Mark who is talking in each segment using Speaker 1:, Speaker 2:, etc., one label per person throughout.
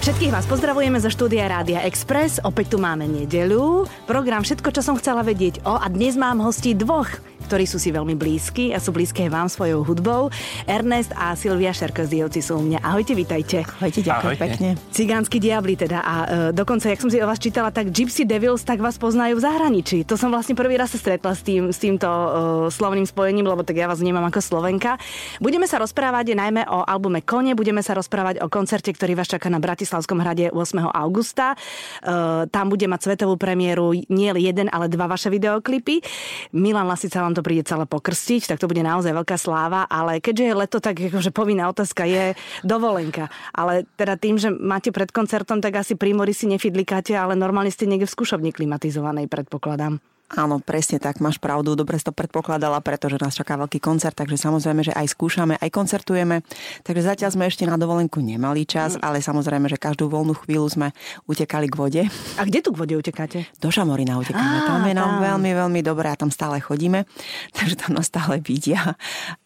Speaker 1: Všetkých vás pozdravujeme zo štúdia Rádia Express. Opäť tu máme nedeľu. Program Všetko, čo som chcela vedieť o. A dnes mám hostí dvoch ktorí sú si veľmi blízki a sú blízke aj vám svojou hudbou. Ernest a Silvia Šerkozdijovci sú u mňa. Ahojte, vítajte.
Speaker 2: Ahojte, ďakujem
Speaker 3: Ahojte.
Speaker 2: pekne.
Speaker 1: Cigánsky diabli teda a e, dokonca, jak som si o vás čítala, tak Gypsy Devils, tak vás poznajú v zahraničí. To som vlastne prvý raz sa stretla s, tým, s týmto e, slovným spojením, lebo tak ja vás vnímam ako Slovenka. Budeme sa rozprávať najmä o albume Kone, budeme sa rozprávať o koncerte, ktorý vás čaká na Bratislavskom hrade 8. augusta. E, tam bude mať svetovú premiéru nie jeden, ale dva vaše videoklipy. Milan Lasica vám to príde celé pokrstiť, tak to bude naozaj veľká sláva, ale keďže je leto, tak akože povinná otázka je dovolenka. Ale teda tým, že máte pred koncertom, tak asi pri mori si nefidlikáte, ale normálne ste niekde v skúšovni klimatizovanej, predpokladám.
Speaker 2: Áno, presne tak, máš pravdu, dobre si to predpokladala, pretože nás čaká veľký koncert, takže samozrejme, že aj skúšame, aj koncertujeme. Takže zatiaľ sme ešte na dovolenku nemali čas, ale samozrejme, že každú voľnú chvíľu sme utekali k vode.
Speaker 1: A kde tu k vode utekáte?
Speaker 2: Do Šamorina
Speaker 1: Á,
Speaker 2: utekáme, tam je
Speaker 1: tam.
Speaker 2: nám veľmi, veľmi dobré a tam stále chodíme, takže tam nás stále vidia.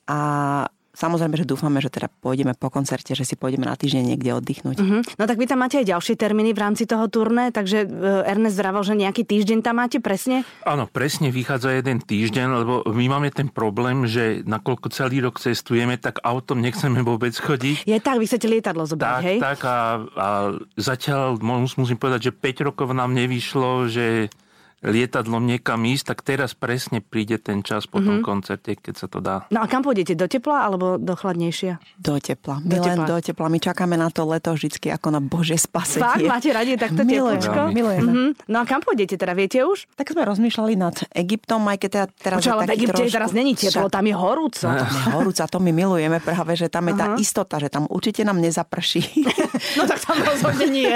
Speaker 2: A Samozrejme, že dúfame, že teda pôjdeme po koncerte, že si pôjdeme na týždeň niekde oddychnúť.
Speaker 1: Mhm. No tak vy tam máte aj ďalšie termíny v rámci toho turné, takže e, Ernest vravel, že nejaký týždeň tam máte presne.
Speaker 3: Áno, presne vychádza jeden týždeň, lebo my máme ten problém, že nakoľko celý rok cestujeme, tak autom nechceme vôbec chodiť.
Speaker 1: Je tak, vy chcete lietadlo zobrať,
Speaker 3: Tak,
Speaker 1: hej?
Speaker 3: tak a, a zatiaľ mus- musím povedať, že 5 rokov nám nevyšlo, že lietadlom niekam ísť, tak teraz presne príde ten čas po tom koncerte, keď sa to dá.
Speaker 1: No a kam pôjdete? Do tepla alebo do chladnejšia?
Speaker 2: Do tepla.
Speaker 1: Do
Speaker 2: My do len
Speaker 1: tepla.
Speaker 2: tepla. do tepla. My čakáme na to leto vždycky ako na Bože spasenie.
Speaker 1: Fakt? Máte radi takto
Speaker 2: Milujeme,
Speaker 1: teplúčko?
Speaker 2: milujeme.
Speaker 1: Mhm. No a kam pôjdete teda, viete už?
Speaker 2: Tak sme rozmýšľali nad Egyptom, aj keď teda teraz...
Speaker 1: Čo,
Speaker 2: je
Speaker 1: ale
Speaker 2: taký
Speaker 1: v Egypte
Speaker 2: trošku-
Speaker 1: teraz není teplo, tam je horúco.
Speaker 2: Však tam je horúca, to my milujeme práve, že tam je tá istota, že tam určite nám nezaprší.
Speaker 1: No tak tam rozhodne nie.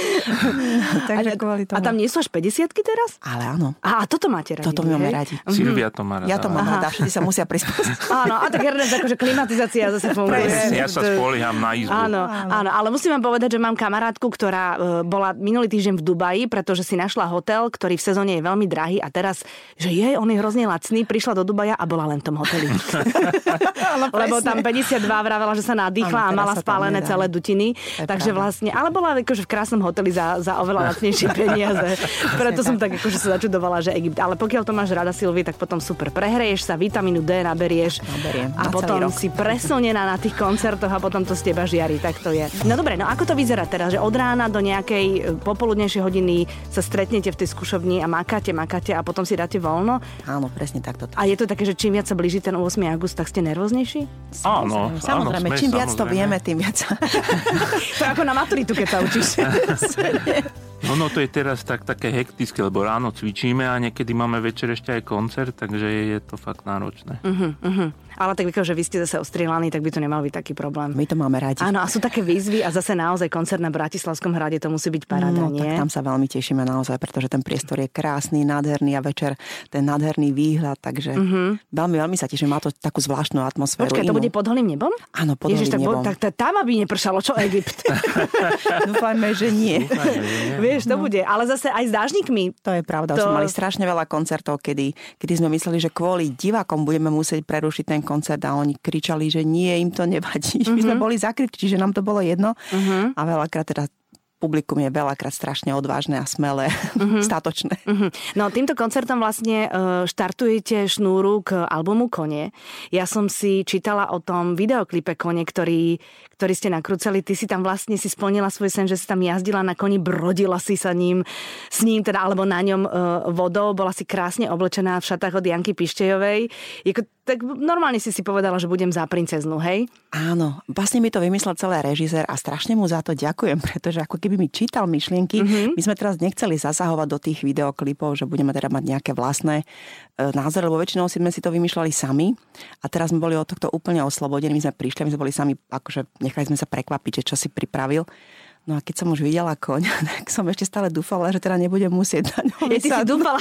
Speaker 2: Takže kvôli
Speaker 1: a
Speaker 2: tomu.
Speaker 1: tam nie sú až 50 teraz?
Speaker 2: Ale áno,
Speaker 1: A, a toto máte radi.
Speaker 2: toto
Speaker 1: vy,
Speaker 2: my máme
Speaker 1: hej?
Speaker 2: radi.
Speaker 3: Silvia to má rada.
Speaker 2: Ja to mám
Speaker 3: áno.
Speaker 2: rada, všetci sa musia prispôsobiť.
Speaker 1: Áno, a tak Ernest, akože klimatizácia zase funguje.
Speaker 3: Presne, ja sa spolieham na izbu.
Speaker 1: Áno, áno, ale musím vám povedať, že mám kamarátku, ktorá e, bola minulý týždeň v Dubaji, pretože si našla hotel, ktorý v sezóne je veľmi drahý a teraz, že je, on je hrozne lacný, prišla do Dubaja a bola len v tom hoteli. Lebo tam 52 vravela, že sa nadýchla a
Speaker 2: Áno, teraz
Speaker 1: mala
Speaker 2: sa tam
Speaker 1: spálené
Speaker 2: nedá.
Speaker 1: celé dutiny.
Speaker 2: To je
Speaker 1: Takže
Speaker 2: pravda.
Speaker 1: vlastne, ale bola akože v krásnom hoteli za, za oveľa lacnejšie peniaze. Preto som tak akože sa začudovala, že Egypt. Ale pokiaľ to máš rada, Silvi, tak potom super. Prehreješ sa, vitamínu D naberieš
Speaker 2: Naberiem,
Speaker 1: a
Speaker 2: na celý
Speaker 1: potom
Speaker 2: rok.
Speaker 1: si preslnená na tých koncertoch a potom to z teba žiari, tak to je. No dobre, no ako to vyzerá teraz, že od rána do nejakej e, popoludnejšej hodiny sa stretnete v tej skúšovni a makáte, makáte a potom si dáte voľno?
Speaker 2: Áno, presne takto.
Speaker 1: A je to také, že čím viac sa blíži ten 8. august, tak ste nervóznejší?
Speaker 3: áno, áno,
Speaker 2: Samozrejme,
Speaker 3: sme,
Speaker 2: čím viac to
Speaker 3: samozrejme.
Speaker 2: vieme, tým viac sa...
Speaker 1: To je ako na maturitu, keď sa učíš.
Speaker 3: No, no to je teraz tak, také hektické, lebo ráno cvičíme a niekedy máme večer ešte aj koncert, takže je to fakt náročné.
Speaker 1: Ale tak akože vy ste zase ostrielaní, tak by to nemal byť taký problém.
Speaker 2: My to máme radi.
Speaker 1: Áno, a sú také výzvy a zase naozaj koncert na Bratislavskom hrade, to musí byť paráda,
Speaker 2: No,
Speaker 1: nie?
Speaker 2: tak tam sa veľmi tešíme naozaj, pretože ten priestor je krásny, nádherný a večer ten nádherný výhľad, takže veľmi, veľmi sa teším. Má to takú zvláštnu atmosféru.
Speaker 1: Počkaj, to
Speaker 2: inú.
Speaker 1: bude pod holým nebom?
Speaker 2: Áno, pod
Speaker 1: Ježiš,
Speaker 2: holým
Speaker 1: tak, bo-
Speaker 2: nebom.
Speaker 1: tak, tak tam, aby nepršalo, čo Egypt?
Speaker 2: Dúfajme, že nie. No.
Speaker 3: Dúfajme, že nie.
Speaker 1: Vieš, to bude. Ale zase aj s dážnikmi.
Speaker 2: To je pravda,
Speaker 1: To-
Speaker 2: to... sme mali strašne veľa koncertov, kedy, kedy sme mysleli, že kvôli divákom budeme musieť prerušiť ten koncert a oni kričali, že nie, im to nevadí. My sme boli zakrytí, čiže nám to bolo jedno a veľakrát teda publikum je veľakrát strašne odvážne a smelé, statočné.
Speaker 1: Mhm. No týmto koncertom vlastne e, štartujete šnúru k albumu Kone. Ja som si čítala o tom videoklipe Kone, ktorý, ktorý ste nakrúcali. Ty si tam vlastne si splnila svoj sen, že si tam jazdila na koni, brodila si sa ním, s ním teda, alebo na ňom e, vodou. Bola si krásne oblečená v šatách od Janky Pištejovej. Jako, tak normálne si si povedala, že budem za princeznu, hej?
Speaker 2: Áno, vlastne mi to vymyslel celý režisér a strašne mu za to ďakujem, pretože ako keby mi čítal myšlienky,
Speaker 1: Mhm.
Speaker 2: mm-hmm. my sme teraz nechceli zasahovať do tých videoklipov, že budeme teda mať nejaké vlastné e, názory, lebo väčšinou si sme si to vymýšľali sami a teraz sme boli od tohto úplne oslobodení, my sme prišli, my sme boli sami, akože nechali sme sa prekvapiť, že čo si pripravil. No a keď som už videla koň, tak som ešte stále dúfala, že teda nebudem musieť na ňom
Speaker 1: Ja, ty si
Speaker 2: vysadnúť.
Speaker 1: dúfala.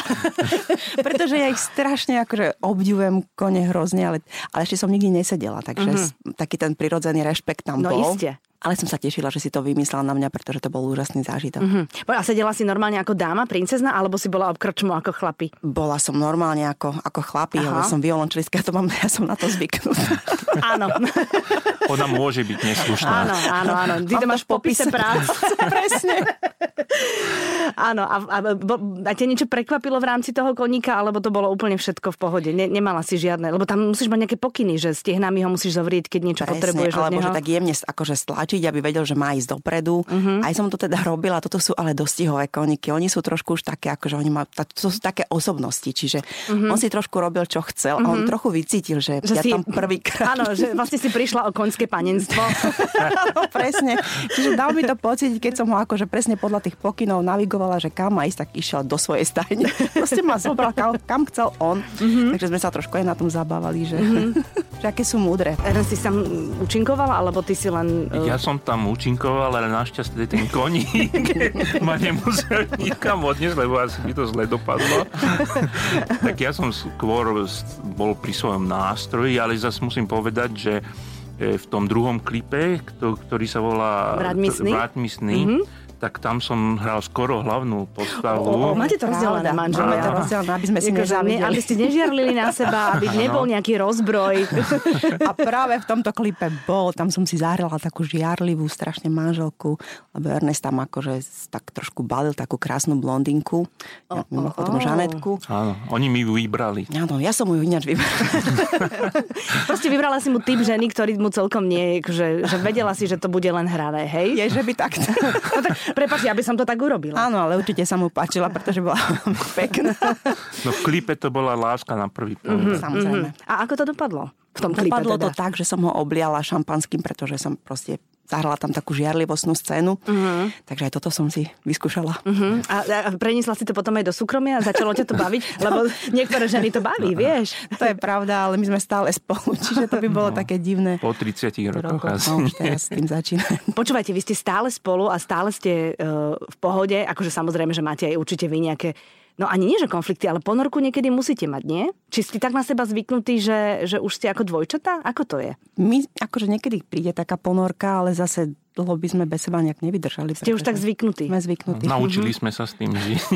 Speaker 2: Pretože ja ich strašne akože obdivujem kone hrozne, ale, ale ešte som nikdy nesedela, takže mm-hmm. taký ten prirodzený rešpekt
Speaker 1: Mhm.
Speaker 2: tam
Speaker 1: No
Speaker 2: bol.
Speaker 1: iste.
Speaker 2: Ale som sa tešila, že si to vymyslela na mňa, pretože to bol úžasný zážitok.
Speaker 1: Mm-hmm. A sedela si normálne ako dáma, princezna, alebo si bola obkrčmo ako chlapi?
Speaker 2: Bola som normálne ako, ako chlapi,
Speaker 1: Aha.
Speaker 2: ale som violončelistka, to mám, ja som na to zvyknutá.
Speaker 1: Áno,
Speaker 3: Ona môže byť neslušná.
Speaker 1: áno, áno, áno. Ty to
Speaker 2: Mám to
Speaker 1: máš
Speaker 2: v
Speaker 1: v popise
Speaker 2: popise.
Speaker 1: prác.
Speaker 2: Presne.
Speaker 1: Áno, a, a, bo- a ťa niečo prekvapilo v rámci toho koníka, alebo to bolo úplne všetko v pohode? Ne, nemala si žiadne, lebo tam musíš mať nejaké pokyny, že stehnami ho musíš zovrieť, keď niečo potrebuješ od
Speaker 2: alebo
Speaker 1: neho.
Speaker 2: že tak jemne akože stlačiť, aby vedel, že má ísť dopredu. Uh-huh.
Speaker 1: Mhm.
Speaker 2: Aj som to teda robila, toto sú ale dostihové koniky. Oni sú trošku už také, akože oni má, tá- to sú také osobnosti, čiže uh-huh. on si trošku robil, čo chcel uh-huh. a on trochu vycítil, že,
Speaker 1: Mhm. Že
Speaker 2: že ja
Speaker 1: si-
Speaker 2: tam prvýkrát.
Speaker 1: Áno, že vlastne si prišla o konské panenstvo.
Speaker 2: Áno, presne. Čiže dal mi to pocit, keď som ho akože presne podľa tých pokynov navigovala, že kam má ísť, tak išiel do svojej stajne. Proste ma zobral, kam, kam chcel on.
Speaker 1: Mhm.
Speaker 2: Mm-hmm. Takže sme sa trošku aj na tom zabávali, že, mm-hmm. že aké sú múdre.
Speaker 1: Ernest, si sa m- účinkovala, alebo ty si len... e,
Speaker 3: Ja som tam účinkoval, ale našťastie ten koník ma nemusel nikam odniesť, lebo asi by to zle dopadlo. tak ja som skôr s- bol pri svojom nástroji, ale zase musím povedať, že e, v tom druhom klipe, kto- ktorý sa volá
Speaker 1: Vráť mi sny?
Speaker 3: Vráť mi sny, tak tam som hral skoro hlavnú postavu.
Speaker 1: O, máte to rozdelené,
Speaker 2: Pravda,
Speaker 1: manželia.
Speaker 2: Máme to rozdelené, aby sme si
Speaker 1: Akože
Speaker 2: nezávideli.
Speaker 1: aby ste nežiarlili na seba, aby nebol nejaký rozbroj.
Speaker 2: A práve v tomto klipe bol, tam som si zahrala takú žiarlivú, strašne manželku, lebo Ernest tam akože s- tak trošku balil takú krásnu blondinku, ja,
Speaker 1: o.
Speaker 2: mimochodom Žanetku.
Speaker 3: Áno, oni mi vybrali.
Speaker 2: Áno, ja som ju ináč vybrala.
Speaker 1: Proste vybrala si mu typ ženy, ktorý mu celkom nie je, že, že vedela si, že to bude len hrané, hej?
Speaker 2: Je, že by takto.
Speaker 1: No tak prepáč, ja by som to tak urobila.
Speaker 2: Áno, ale určite sa mu páčila, pretože bola pekná.
Speaker 3: No v klipe to bola láska na prvý pohľad.
Speaker 2: Samozrejme.
Speaker 1: Hm. A ako to dopadlo? Mhm. V tom klipe
Speaker 2: Dopadlo
Speaker 1: teda.
Speaker 2: to tak, že som ho obliala šampanským, pretože som proste zahrala tam takú žiarlivostnú scénu.
Speaker 1: Mhm.
Speaker 2: Takže aj toto som si vyskúšala.
Speaker 1: Hm? A, a preniesla si to potom aj do súkromia? Začalo ťa to baviť? Lebo niektoré ženy to baví,
Speaker 2: No,
Speaker 1: vieš?
Speaker 2: To je pravda, ale my sme stále spolu, čiže to by
Speaker 1: No.
Speaker 2: bolo také divné.
Speaker 3: Po 30 rokoch
Speaker 2: Rokov,
Speaker 3: asi.
Speaker 2: no, už teraz s tým začínam.
Speaker 1: Počúvajte, vy ste stále spolu a stále ste e, v pohode, akože samozrejme, že máte aj určite vy nejaké, no ani nie, že konflikty, ale ponorku niekedy musíte mať, nie? Či ste tak na seba zvyknutí, že, že už ste ako dvojčatá? Ako to je?
Speaker 2: My, akože niekedy príde taká ponorka, ale zase dlho by sme bez seba nejak nevydržali.
Speaker 1: Ste už
Speaker 2: pretože
Speaker 1: tak zvyknutí.
Speaker 2: Sme zvyknutí.
Speaker 1: Mhm.
Speaker 3: Naučili sme sa s tým žiť.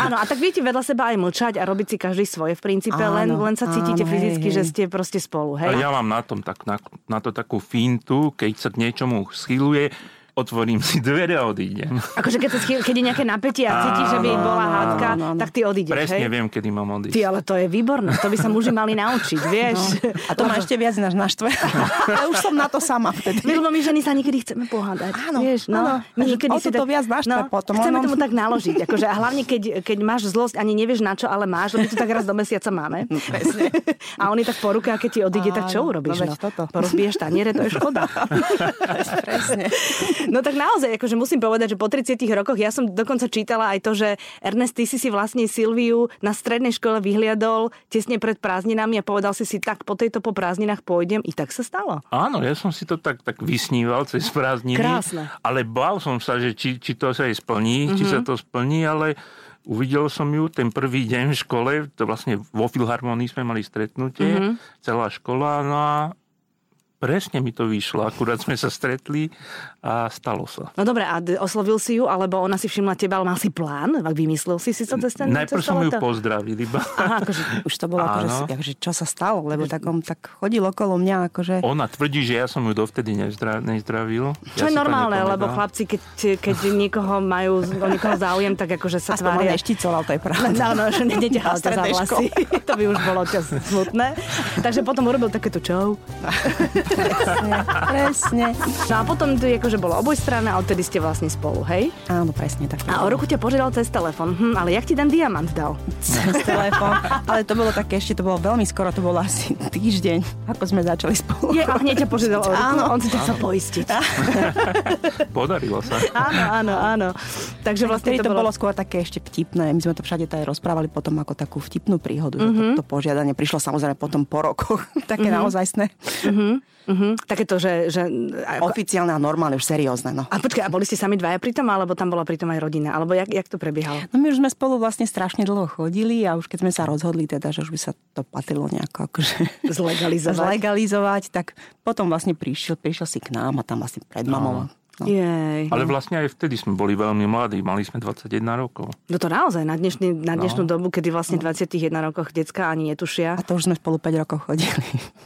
Speaker 1: Áno, a tak viete vedľa seba aj mlčať a robiť si každý svoje v princípe,
Speaker 2: Áno,
Speaker 1: len, len sa cítite
Speaker 2: áno, hej,
Speaker 1: fyzicky,
Speaker 2: hej.
Speaker 1: že ste proste spolu, hej?
Speaker 3: A ja mám na, tom tak, na, na to takú fintu, keď sa k niečomu schyluje, otvorím si dvere a odídem.
Speaker 1: Akože keď, sa schy- keď je nejaké napätie a cítiš, že by bola hádka,
Speaker 2: áno, áno.
Speaker 1: tak ty odídeš,
Speaker 3: Presne
Speaker 1: hej?
Speaker 3: viem, kedy mám odísť.
Speaker 1: Ty, ale to je výborné, to by sa muži mali naučiť, vieš?
Speaker 2: A to ma ešte viac náš naštve. ale už som na to sama vtedy.
Speaker 1: Vieš, lebo my ženy sa niekedy chceme pohádať.
Speaker 2: Áno,
Speaker 1: vieš, no,
Speaker 2: áno.
Speaker 1: My
Speaker 2: Že
Speaker 1: niekedy no,
Speaker 2: o toto viac naštve potom,
Speaker 1: Chceme
Speaker 2: áno.
Speaker 1: tomu tak naložiť. Akože, a hlavne, keď, keď máš zlosť, ani nevieš na čo, ale máš, lebo to tak raz do mesiaca máme.
Speaker 2: No, presne.
Speaker 1: A on je tak po ruke a keď ti odíde, tak čo
Speaker 2: Áno,
Speaker 1: urobíš?
Speaker 2: no veď toto.
Speaker 1: Porozbiješ taniere, to je škoda.
Speaker 2: Presne.
Speaker 1: No tak naozaj, akože musím povedať, že po 30 rokoch ja som dokonca čítala aj to, že Ernest, ty si si vlastne Silviu na strednej škole vyhliadol tesne pred prázdninami a povedal si si, tak po tejto po prázdninách pôjdem. I tak sa stalo.
Speaker 3: Áno, ja som si to tak, tak vysníval cez prázdniny.
Speaker 1: Krásne. Mhm.
Speaker 3: Ale bál som sa, že či, či to sa aj splní, či sa to splní, ale uvidel som ju ten prvý deň v škole, to vlastne vo Filharmonii sme mali stretnutie,
Speaker 1: Mhm.
Speaker 3: celá škola, no a presne mi to vyšlo, akurát sme sa stretli a stalo sa.
Speaker 1: No dobre, a d- oslovil si ju, alebo ona si všimla teba, ale mal si plán? A Vymyslel si si to cez ten
Speaker 3: Najprv
Speaker 1: cez to
Speaker 3: som ju
Speaker 1: leto?
Speaker 3: pozdravil iba.
Speaker 1: Aha, akože,
Speaker 2: Už to bolo akože,
Speaker 3: Áno.
Speaker 2: si- akože, čo sa stalo, lebo takom tak chodil okolo mňa akože...
Speaker 3: Ona tvrdí, že ja som ju dovtedy nezdra- nezdravil.
Speaker 1: čo
Speaker 3: ja
Speaker 1: je
Speaker 3: si to
Speaker 1: normálne,
Speaker 3: nepamätám.
Speaker 1: lebo chlapci, keď, keď niekoho majú, o niekoho záujem, tak akože sa
Speaker 2: Aspoň No, ma
Speaker 1: tvária.
Speaker 2: nešticoval, to je pravda.
Speaker 1: Áno, že neťahal ťa za
Speaker 2: strednej
Speaker 1: vlasy. To by už bolo čas smutné. Takže potom urobil takéto čau.
Speaker 2: Presne, presne.
Speaker 1: No a potom to akože bolo obojstranné a odtedy ste vlastne spolu, hej?
Speaker 2: Áno, presne tak.
Speaker 1: A o roku ťa požiadal cez telefon. Hm, ale jak ti ten diamant dal?
Speaker 2: cez telefón. Ale to bolo také, ešte to bolo veľmi skoro, to bolo asi týždeň, ako sme začali spolu.
Speaker 1: Je, a hneď ťa požiadal o ruku.
Speaker 2: Áno.
Speaker 1: On si ťa chcel poistiť.
Speaker 3: Podarilo sa.
Speaker 1: Áno, áno, áno. Takže vlastne
Speaker 2: Vtedy to bolo skôr také ešte vtipné. My sme to všade to aj rozprávali potom ako takú Mhm. vtipnú príhodu. Že to, to požiadanie prišlo samozrejme potom po rokoch. také mm-hmm. naozajstné.
Speaker 1: Mhm. Uh-huh. Takéto, že... že ako...
Speaker 2: Oficiálne a normálne, už seriózne. No.
Speaker 1: A počkaj, a boli ste sami dvaja pri tom, alebo tam bola pri tom aj rodina? Alebo jak, jak to prebiehalo?
Speaker 2: No my už sme spolu vlastne strašne dlho chodili a už keď sme sa rozhodli teda, že už by sa to patrilo nejako akože
Speaker 1: Zlegalizovať.
Speaker 2: zlegalizovať, tak potom vlastne prišiel, prišiel si k nám a tam vlastne pred mamou. No.
Speaker 1: Jej.
Speaker 3: Ale vlastne aj vtedy sme boli veľmi mladí, mali sme 21 rokov.
Speaker 1: No to naozaj, na, dnešný, na dnešnú no. dobu, kedy vlastne 21 rokoch decka ani netušia.
Speaker 2: A to už sme spolu 5 rokov chodili.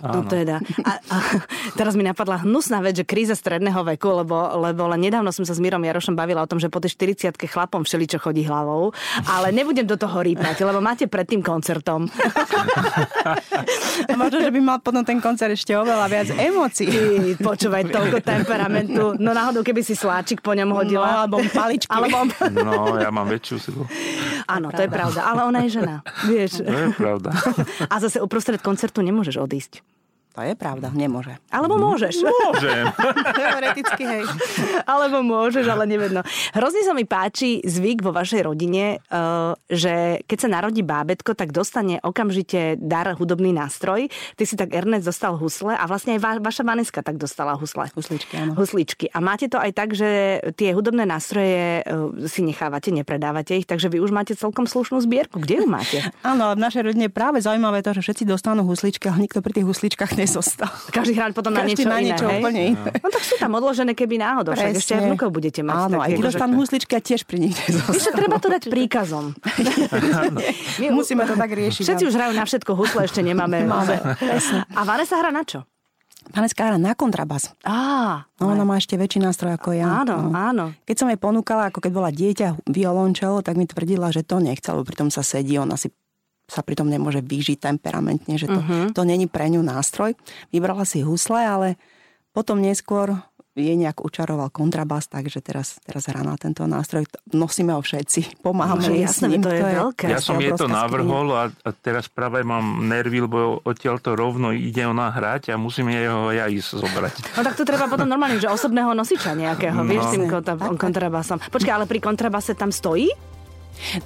Speaker 1: No teda. A, a teraz mi napadla hnusná vec, že kríza stredného veku, lebo, lebo len nedávno som sa s Mírom Jarošom bavila o tom, že po tej 40 chlapom všeličo chodí hlavou, ale nebudem do toho rýpať, lebo máte pred tým koncertom.
Speaker 2: A možno, že by mal potom ten koncert ešte oveľa viac emócií.
Speaker 1: Ty, Počúvaj, toľko temperamentu. No náhodou, keby si sláčik po ňom hodila.
Speaker 2: alebo paličky.
Speaker 1: No, Alebo...
Speaker 3: No, ja mám väčšiu silu.
Speaker 1: Áno, to je pravda, ale ona je žena. Vieš.
Speaker 3: To je pravda.
Speaker 1: A zase uprostred koncertu nemôžeš odísť.
Speaker 2: To je pravda, nemôže.
Speaker 1: Alebo môžeš.
Speaker 3: Môžem.
Speaker 2: Teoreticky, hej.
Speaker 1: Alebo môžeš, ale nevedno. Hrozne sa mi páči zvyk vo vašej rodine, eh, že keď sa narodí bábetko, tak dostane okamžite dar hudobný nástroj. Ty si tak Ernest dostal husle a vlastne aj va- vaša Vaneska tak dostala husle.
Speaker 2: Husličky, áno.
Speaker 1: Husličky. A máte to aj tak, že tie hudobné nástroje eh, si nechávate, nepredávate ich, takže vy už máte celkom slušnú zbierku. Kde ju máte?
Speaker 2: Áno, ale v našej rodine je práve zaujímavé to, že všetci dostanú husličky, ale nikto pri tých husličkách nezostal.
Speaker 1: Každý hráč potom na
Speaker 2: Každý
Speaker 1: niečo,
Speaker 2: má
Speaker 1: iné,
Speaker 2: niečo
Speaker 1: hej?
Speaker 2: úplne iné.
Speaker 1: No tak sú tam odložené, keby náhodou. Však ešte aj vnúkov budete mať. akože
Speaker 2: Áno, aj
Speaker 1: takých,
Speaker 2: ty
Speaker 1: že-
Speaker 2: dostanú husličky a tiež pri nich
Speaker 1: Ešte
Speaker 2: nezostanú.
Speaker 1: treba to dať príkazom. My-
Speaker 2: Musíme to tak riešiť.
Speaker 1: Všetci
Speaker 2: áno.
Speaker 1: už hrajú na všetko, husle ešte nemáme.
Speaker 2: Máme,
Speaker 1: A Vanessa hra na čo?
Speaker 2: Paneska hra na kontrabas.
Speaker 1: Á,
Speaker 2: No, ona má ešte väčší nástroj ako ja.
Speaker 1: Áno,
Speaker 2: no.
Speaker 1: áno.
Speaker 2: Keď som jej ponúkala, ako keď bola dieťa violončelo, tak mi tvrdila, že to nechce, lebo pritom sa sedí, ona si sa pritom nemôže vyžiť temperamentne, že to,
Speaker 1: Mhm.
Speaker 2: uh-huh. to není pre ňu nástroj. Vybrala si husle, ale potom neskôr jej nejak učaroval kontrabas, takže teraz, teraz hrá na tento nástroj. T- Nosíme ho všetci, pomáhame
Speaker 1: No,
Speaker 2: jej s
Speaker 1: jasné,
Speaker 2: ním.
Speaker 1: to je veľké.
Speaker 3: Ja som jej
Speaker 2: obrovská
Speaker 3: to
Speaker 2: skriňa.
Speaker 3: navrhol a, a teraz práve mám nervy, lebo odtiaľ to rovno ide ona hrať a musím jej ho ja ísť zobrať.
Speaker 1: No tak to treba potom normálne, že osobného nosiča nejakého, no. vieš, s tým kontra- kontrabasom. Počkaj, ale pri kontrabase tam stojí?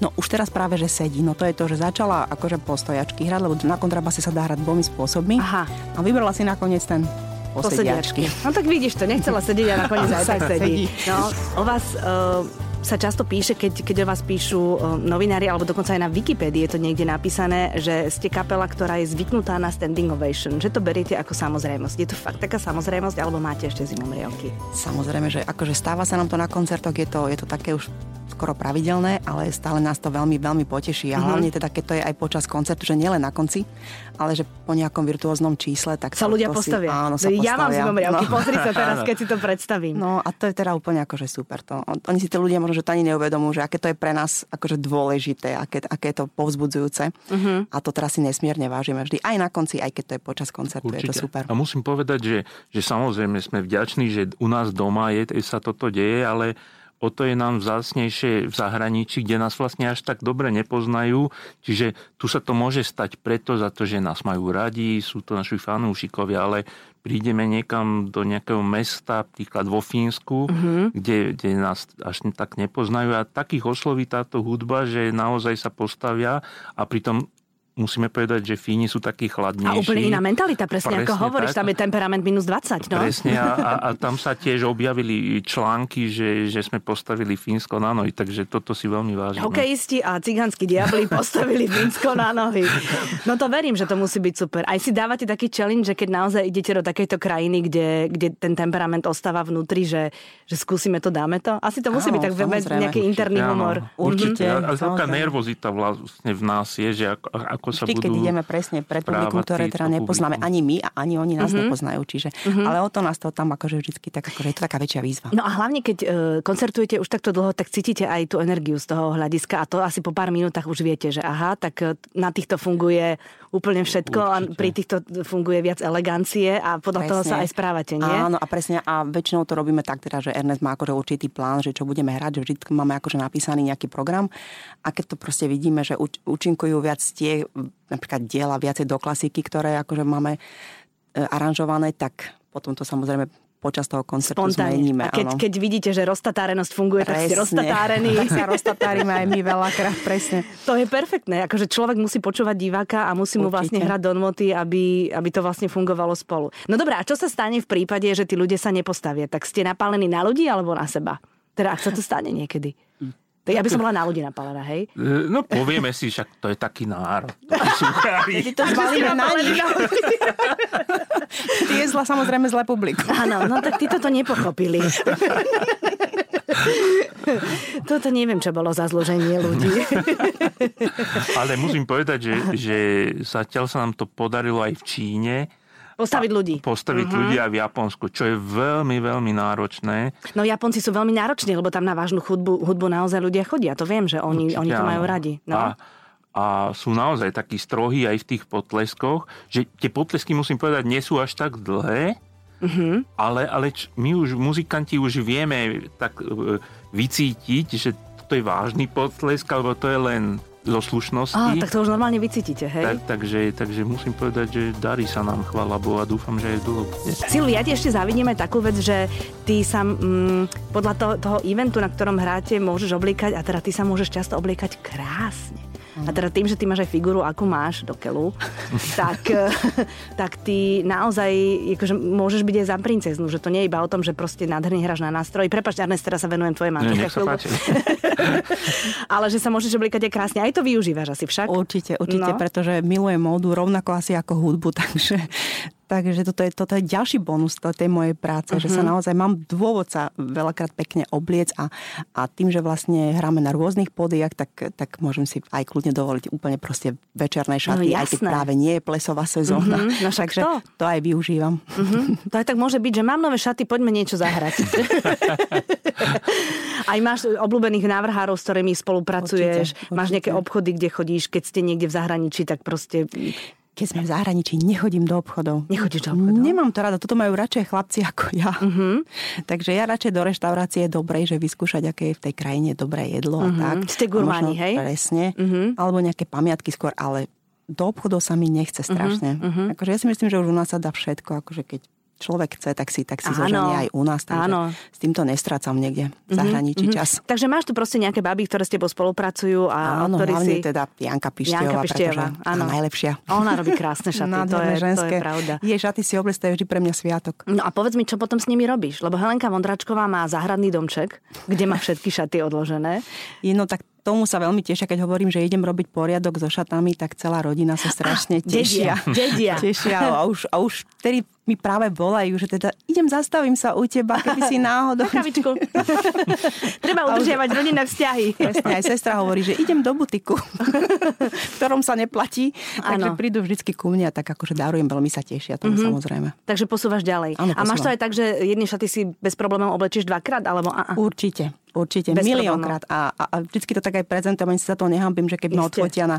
Speaker 2: No už teraz práve, že sedí. No to je to, že začala akože postojačky hrať, lebo na kontrabase sa dá hrať dvomi spôsobmi.
Speaker 1: Aha.
Speaker 2: A vybrala si nakoniec ten posediačky.
Speaker 1: No tak vidíš to, nechcela sedieť a nakoniec aj tak sedí.
Speaker 2: Sedí.
Speaker 1: No, o vás e, sa často píše, keď, keď o vás píšu e, novinári, alebo dokonca aj na Wikipédii je to niekde napísané, že ste kapela, ktorá je zvyknutá na standing ovation, že to beriete ako samozrejmosť. Je to fakt taká samozrejmosť, alebo máte ešte zimomrievky?
Speaker 2: Samozrejme, že akože stáva sa nám to na koncertoch, je to, je to také už skoro pravidelné, ale stále nás to veľmi, veľmi poteší.
Speaker 1: Mhm.
Speaker 2: A hlavne teda, keď to je aj počas koncertu, že nielen na konci, ale že po nejakom virtuóznom čísle, tak
Speaker 1: Sa
Speaker 2: to-
Speaker 1: ľudia
Speaker 2: to si-
Speaker 1: postavia. No,
Speaker 2: Áno, sa
Speaker 1: ja mám
Speaker 2: postavia.
Speaker 1: zimomrievky, pozri sa teraz, keď si to predstavím.
Speaker 2: No a to je teda úplne akože super. To, on- oni si to ľudia možno, že to ani neuvedomujú, že aké to je pre nás akože dôležité, aké, aké je to povzbudzujúce.
Speaker 1: Mhm.
Speaker 2: Uh-huh. A to teraz si nesmierne vážime vždy. Aj na konci, aj keď to je počas koncertu, je to super.
Speaker 3: A musím povedať, že, že samozrejme sme vďační, že u nás doma je, sa toto deje, ale o to je nám vzácnejšie v zahraničí, kde nás vlastne až tak dobre nepoznajú. Čiže tu sa to môže stať preto, za to, že nás majú radi, sú to naši fanúšikovia, ale prídeme niekam do nejakého mesta, príklad vo Fínsku,
Speaker 2: Mhm.
Speaker 3: mm-hmm. kde, kde nás až tak nepoznajú a takých osloví táto hudba, že naozaj sa postavia a pritom musíme povedať, že Fíni sú takí chladnejší.
Speaker 1: A úplne iná mentalita, presne, presne ako
Speaker 3: Presne
Speaker 1: hovoríš,
Speaker 3: tak.
Speaker 1: tam je temperament minus 20, no?
Speaker 3: Presne, a, a, a tam sa tiež objavili články, že, že sme postavili Fínsko na nohy, takže toto si veľmi vážim.
Speaker 1: Mhm. Hokejisti a cigánsky diabli postavili Fínsko na nohy. No to verím, že to musí byť super. Aj si dávate taký challenge, že keď naozaj idete do takejto krajiny, kde, kde ten temperament ostáva vnútri, že, že skúsime to, dáme to? Asi to musí
Speaker 2: Áno,
Speaker 1: byť tak veľmi
Speaker 2: samozrejme.
Speaker 1: nejaký interný humor.
Speaker 2: Mhm.
Speaker 3: Určite. A, a taká
Speaker 2: Samozrejme.
Speaker 3: nervozita vlastne v nás je, že ako, a- ako sa
Speaker 2: Vždy,
Speaker 3: budú...
Speaker 2: keď ideme presne pred publikum,
Speaker 3: správať
Speaker 2: ktoré
Speaker 3: títo
Speaker 2: teda nepoznáme
Speaker 3: publikum.
Speaker 2: ani my a ani oni
Speaker 1: Mhm.
Speaker 2: nás nepoznajú. Čiže, ale o to nás to tam akože vždycky tak, akože je to taká väčšia výzva.
Speaker 1: No a hlavne, keď e, koncertujete už takto dlho, tak cítite aj tú energiu z toho hľadiska a to asi po pár minútach už viete, že aha, tak e, na týchto funguje úplne všetko a
Speaker 3: Určite.
Speaker 1: pri týchto funguje viac elegancie a podľa No, toho sa aj správate, nie?
Speaker 2: Áno, a presne. A väčšinou to robíme tak, teda, že Ernest má akože určitý plán, že čo budeme hrať, že vždy máme akože napísaný nejaký program. A keď to proste vidíme, že uč- účinkujú viac tie m, napríklad diela, viacej do klasiky, ktoré akože máme e, aranžované, tak potom to samozrejme počas toho koncertu
Speaker 1: spontánne.
Speaker 2: zmeníme.
Speaker 1: A keď,
Speaker 2: áno.
Speaker 1: keď vidíte, že roztatárenosť funguje, tak ste
Speaker 2: Presne.
Speaker 1: roztatárený.
Speaker 2: Tak sa roztatárime aj my veľakrát, presne.
Speaker 1: To je perfektné, akože človek musí počúvať diváka a musí mu vlastne
Speaker 2: Určite.
Speaker 1: hrať do nmoty, aby, aby to vlastne fungovalo spolu. No dobrá, a čo sa stane v prípade, že tí ľudia sa nepostavia? Tak ste napálení na ľudí alebo na seba? Teda ak sa to stane niekedy. Tak ja by som bola na ľudí napálená, hej?
Speaker 3: E, No povieme si, však to je taký národ. Tí suchári.
Speaker 2: Keď to zbalíme na nich. Ty je zla, samozrejme zlé publikum.
Speaker 1: Áno, no tak títo to nepochopili. Toto neviem, čo bolo za zloženie ľudí.
Speaker 3: Ale musím povedať, že, že zatiaľ sa nám to podarilo aj v Číne
Speaker 1: Postaviť ľudí.
Speaker 2: Mhm.
Speaker 3: postaviť mm-hmm. ľudia v Japonsku, čo je veľmi, veľmi náročné.
Speaker 1: No Japonci sú veľmi nároční, lebo tam na vážnu hudbu, hudbu naozaj ľudia chodia. To viem, že oni, oni to
Speaker 3: Áno.
Speaker 1: majú radi. No.
Speaker 3: A, a sú naozaj takí strohí aj v tých potleskoch, že tie potlesky, musím povedať, nie sú až tak dlhé,
Speaker 1: Mhm.
Speaker 3: mm-hmm. ale, ale č- my už, muzikanti, už vieme tak e, vycítiť, že to je vážny potlesk, alebo to je len zo slušnosti.
Speaker 1: Á, tak to už normálne vycítite, hej?
Speaker 3: tak, takže, takže musím povedať, že darí sa nám, chvála Bohu, a dúfam, že aj dlho bude.
Speaker 1: Silvi, ja ti ešte závidím aj takú vec, že ty sa mm, podľa toho, toho eventu, na ktorom hráte, môžeš obliekať a teda ty sa môžeš často obliekať krásne. A teda tým, že ty máš aj figuru, akú máš do keľu, tak, eh, tak ty naozaj akože, môžeš byť aj za princeznu, že to nie je iba o tom, že proste nádherný hráš na nástroj. Prepač, Ernest, teraz sa venujem tvojej manželke.
Speaker 3: Nech sa
Speaker 1: chvíľku.
Speaker 3: páči.
Speaker 1: Ale že sa môžeš obliekať aj krásne. Aj to využívaš asi však.
Speaker 2: Určite, určite,
Speaker 1: No.
Speaker 2: no. pretože milujem módu rovnako asi ako hudbu, takže, takže toto, je, toto je ďalší bonus to- tej mojej práce, uh-huh.
Speaker 1: Mhm.
Speaker 2: že sa naozaj mám dôvod sa veľakrát pekne obliec a, a tým, že vlastne hráme na rôznych pódiach, tak, tak môžem si aj kľudne dovoliť úplne proste večerné šaty, aj keď
Speaker 1: No jasné.
Speaker 2: práve nie je plesová sezóna.
Speaker 1: Mhm, no však
Speaker 2: takže
Speaker 1: to.
Speaker 2: to aj využívam.
Speaker 1: Mhm, to aj tak môže byť, že mám nové šaty, poďme niečo zahrať. aj máš obľúbených návrhárov, s ktorými spolupracuješ,
Speaker 2: Určite,
Speaker 1: máš nejaké
Speaker 2: určite.
Speaker 1: obchody, kde chodíš, keď ste niekde v zahraničí, tak proste...
Speaker 2: Keď sme v zahraničí, nechodím do obchodov.
Speaker 1: Nechodíš do obchodov? Mhm.
Speaker 2: Nemám to rada. Toto majú radšej chlapci ako ja. Uh-huh. Takže ja radšej do reštaurácie je dobré, že vyskúšať, aké je v tej krajine dobré jedlo uh-huh. a tak.
Speaker 1: Mhm. Ste gurmáni,
Speaker 2: A možno-
Speaker 1: hej? Mhm.
Speaker 2: Presne. Uh-huh. Alebo nejaké pamiatky skôr, ale do obchodov sa mi nechce
Speaker 1: Mhm,
Speaker 2: strašne. Uh-huh. Akože ja si myslím, že už u nás sa dá všetko, ažeže keď človek chce, tak si, tak si
Speaker 1: Áno.
Speaker 2: zoženie aj u nás. Takže
Speaker 1: Áno. Mhm,
Speaker 2: s týmto nestrácam niekde v zahraničí čas.
Speaker 1: Takže máš tu proste nejaké baby, ktoré s tebou spolupracujú a
Speaker 2: Áno,
Speaker 1: ktorí
Speaker 2: hlavne
Speaker 1: si...
Speaker 2: teda Janka Pišťová,
Speaker 1: Janka Pišťová,
Speaker 2: pretože
Speaker 1: áno.
Speaker 2: tá najlepšia.
Speaker 1: Ona robí krásne šaty, to je,
Speaker 2: Nádherné
Speaker 1: to je pravda.
Speaker 2: Jej šaty si obliec, to je vždy pre mňa sviatok.
Speaker 1: No a povedz mi, čo potom s nimi robíš? Lebo Helenka Vondračková má záhradný domček, kde má všetky šaty odložené.
Speaker 2: No tak tomu sa veľmi tešia, keď hovorím, že idem robiť poriadok so šatami, tak celá rodina sa strašne
Speaker 1: Ah, dedia,
Speaker 2: tešia.
Speaker 1: dedia.
Speaker 2: tešia a už, a už vtedy mi práve volajú, že teda idem, zastavím sa u teba, keby si
Speaker 1: Na
Speaker 2: náhodou...
Speaker 1: kavičku. Treba udržiavať rodinné vzťahy.
Speaker 2: Presne, aj sestra hovorí, že idem do butiku, v ktorom sa neplatí. Takže
Speaker 1: Áno. Mhm.
Speaker 2: prídu vždycky ku mne a tak akože darujem, veľmi sa tešia tomu mm-hmm. samozrejme.
Speaker 1: Takže posúvaš ďalej.
Speaker 2: Áno,
Speaker 1: a máš to aj
Speaker 2: posúvam.
Speaker 1: tak, že jedny šaty si bez problémov oblečieš dvakrát, alebo a, a.
Speaker 2: Určite, určite,
Speaker 1: Bez
Speaker 2: miliónkrát. A, a, a vždycky to tak aj prezentujem, ani sa za to nehambím, že keď ma
Speaker 1: Iste.
Speaker 2: odfotia na,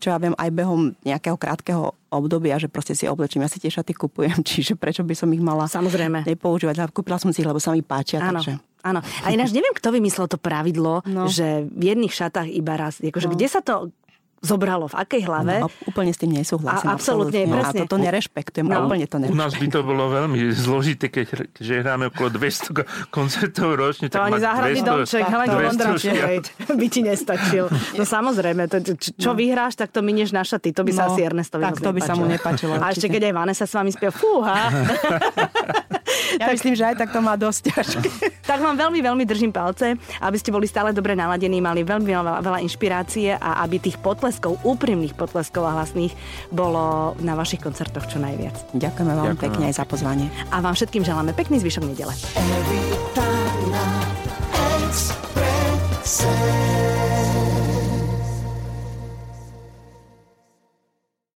Speaker 2: čo ja viem, aj behom nejakého krátkeho obdobia, že proste si oblečím. Ja si tie šaty kupujem, čiže prečo by som ich mala
Speaker 1: Samozrejme.
Speaker 2: nepoužívať. Ale Kúpila som si ich, lebo sa mi páčia.
Speaker 1: Áno.
Speaker 2: Takže.
Speaker 1: Áno. A ináč neviem, kto vymyslel to pravidlo,
Speaker 2: No.
Speaker 1: že v jedných šatách iba raz. Akože, Kde sa to zobralo? V akej hlave?
Speaker 2: No, a úplne s tým nesúhlasím.
Speaker 1: A- absolútne, presne.
Speaker 2: A toto nerešpektujem,
Speaker 1: No.
Speaker 2: no. úplne to
Speaker 3: U nás
Speaker 2: nerešpektujem.
Speaker 3: by to bolo veľmi zložité, keď hr- že hráme okolo 200 ko- koncertov ročne.
Speaker 1: To ani
Speaker 3: mať
Speaker 1: záhradný
Speaker 3: 200
Speaker 1: domček, Helenka
Speaker 3: 200
Speaker 1: Vondračkovej by ti nestačil. No samozrejme, to, čo, čo vyhráš, tak to minieš na šaty. To by sa
Speaker 2: No,
Speaker 1: asi Ernestovi
Speaker 2: tak
Speaker 1: moc
Speaker 2: to by sa mu nepáčilo,
Speaker 1: A ešte
Speaker 2: určite.
Speaker 1: keď aj Vanessa s vami spieva, fúha,
Speaker 2: Ja myslím, že aj tak to má dosť ťažké.
Speaker 1: Tak vám veľmi, veľmi držím palce, aby ste boli stále dobre naladení, mali veľmi veľa, veľa inšpirácie a aby tých potleskov, úprimných potleskov a hlasných bolo na vašich koncertoch čo najviac.
Speaker 2: Ďakujeme vám
Speaker 3: Ďakujem.
Speaker 2: pekne aj za pozvanie.
Speaker 1: A vám všetkým želáme pekný zvyšok nedele.
Speaker 4: Every time I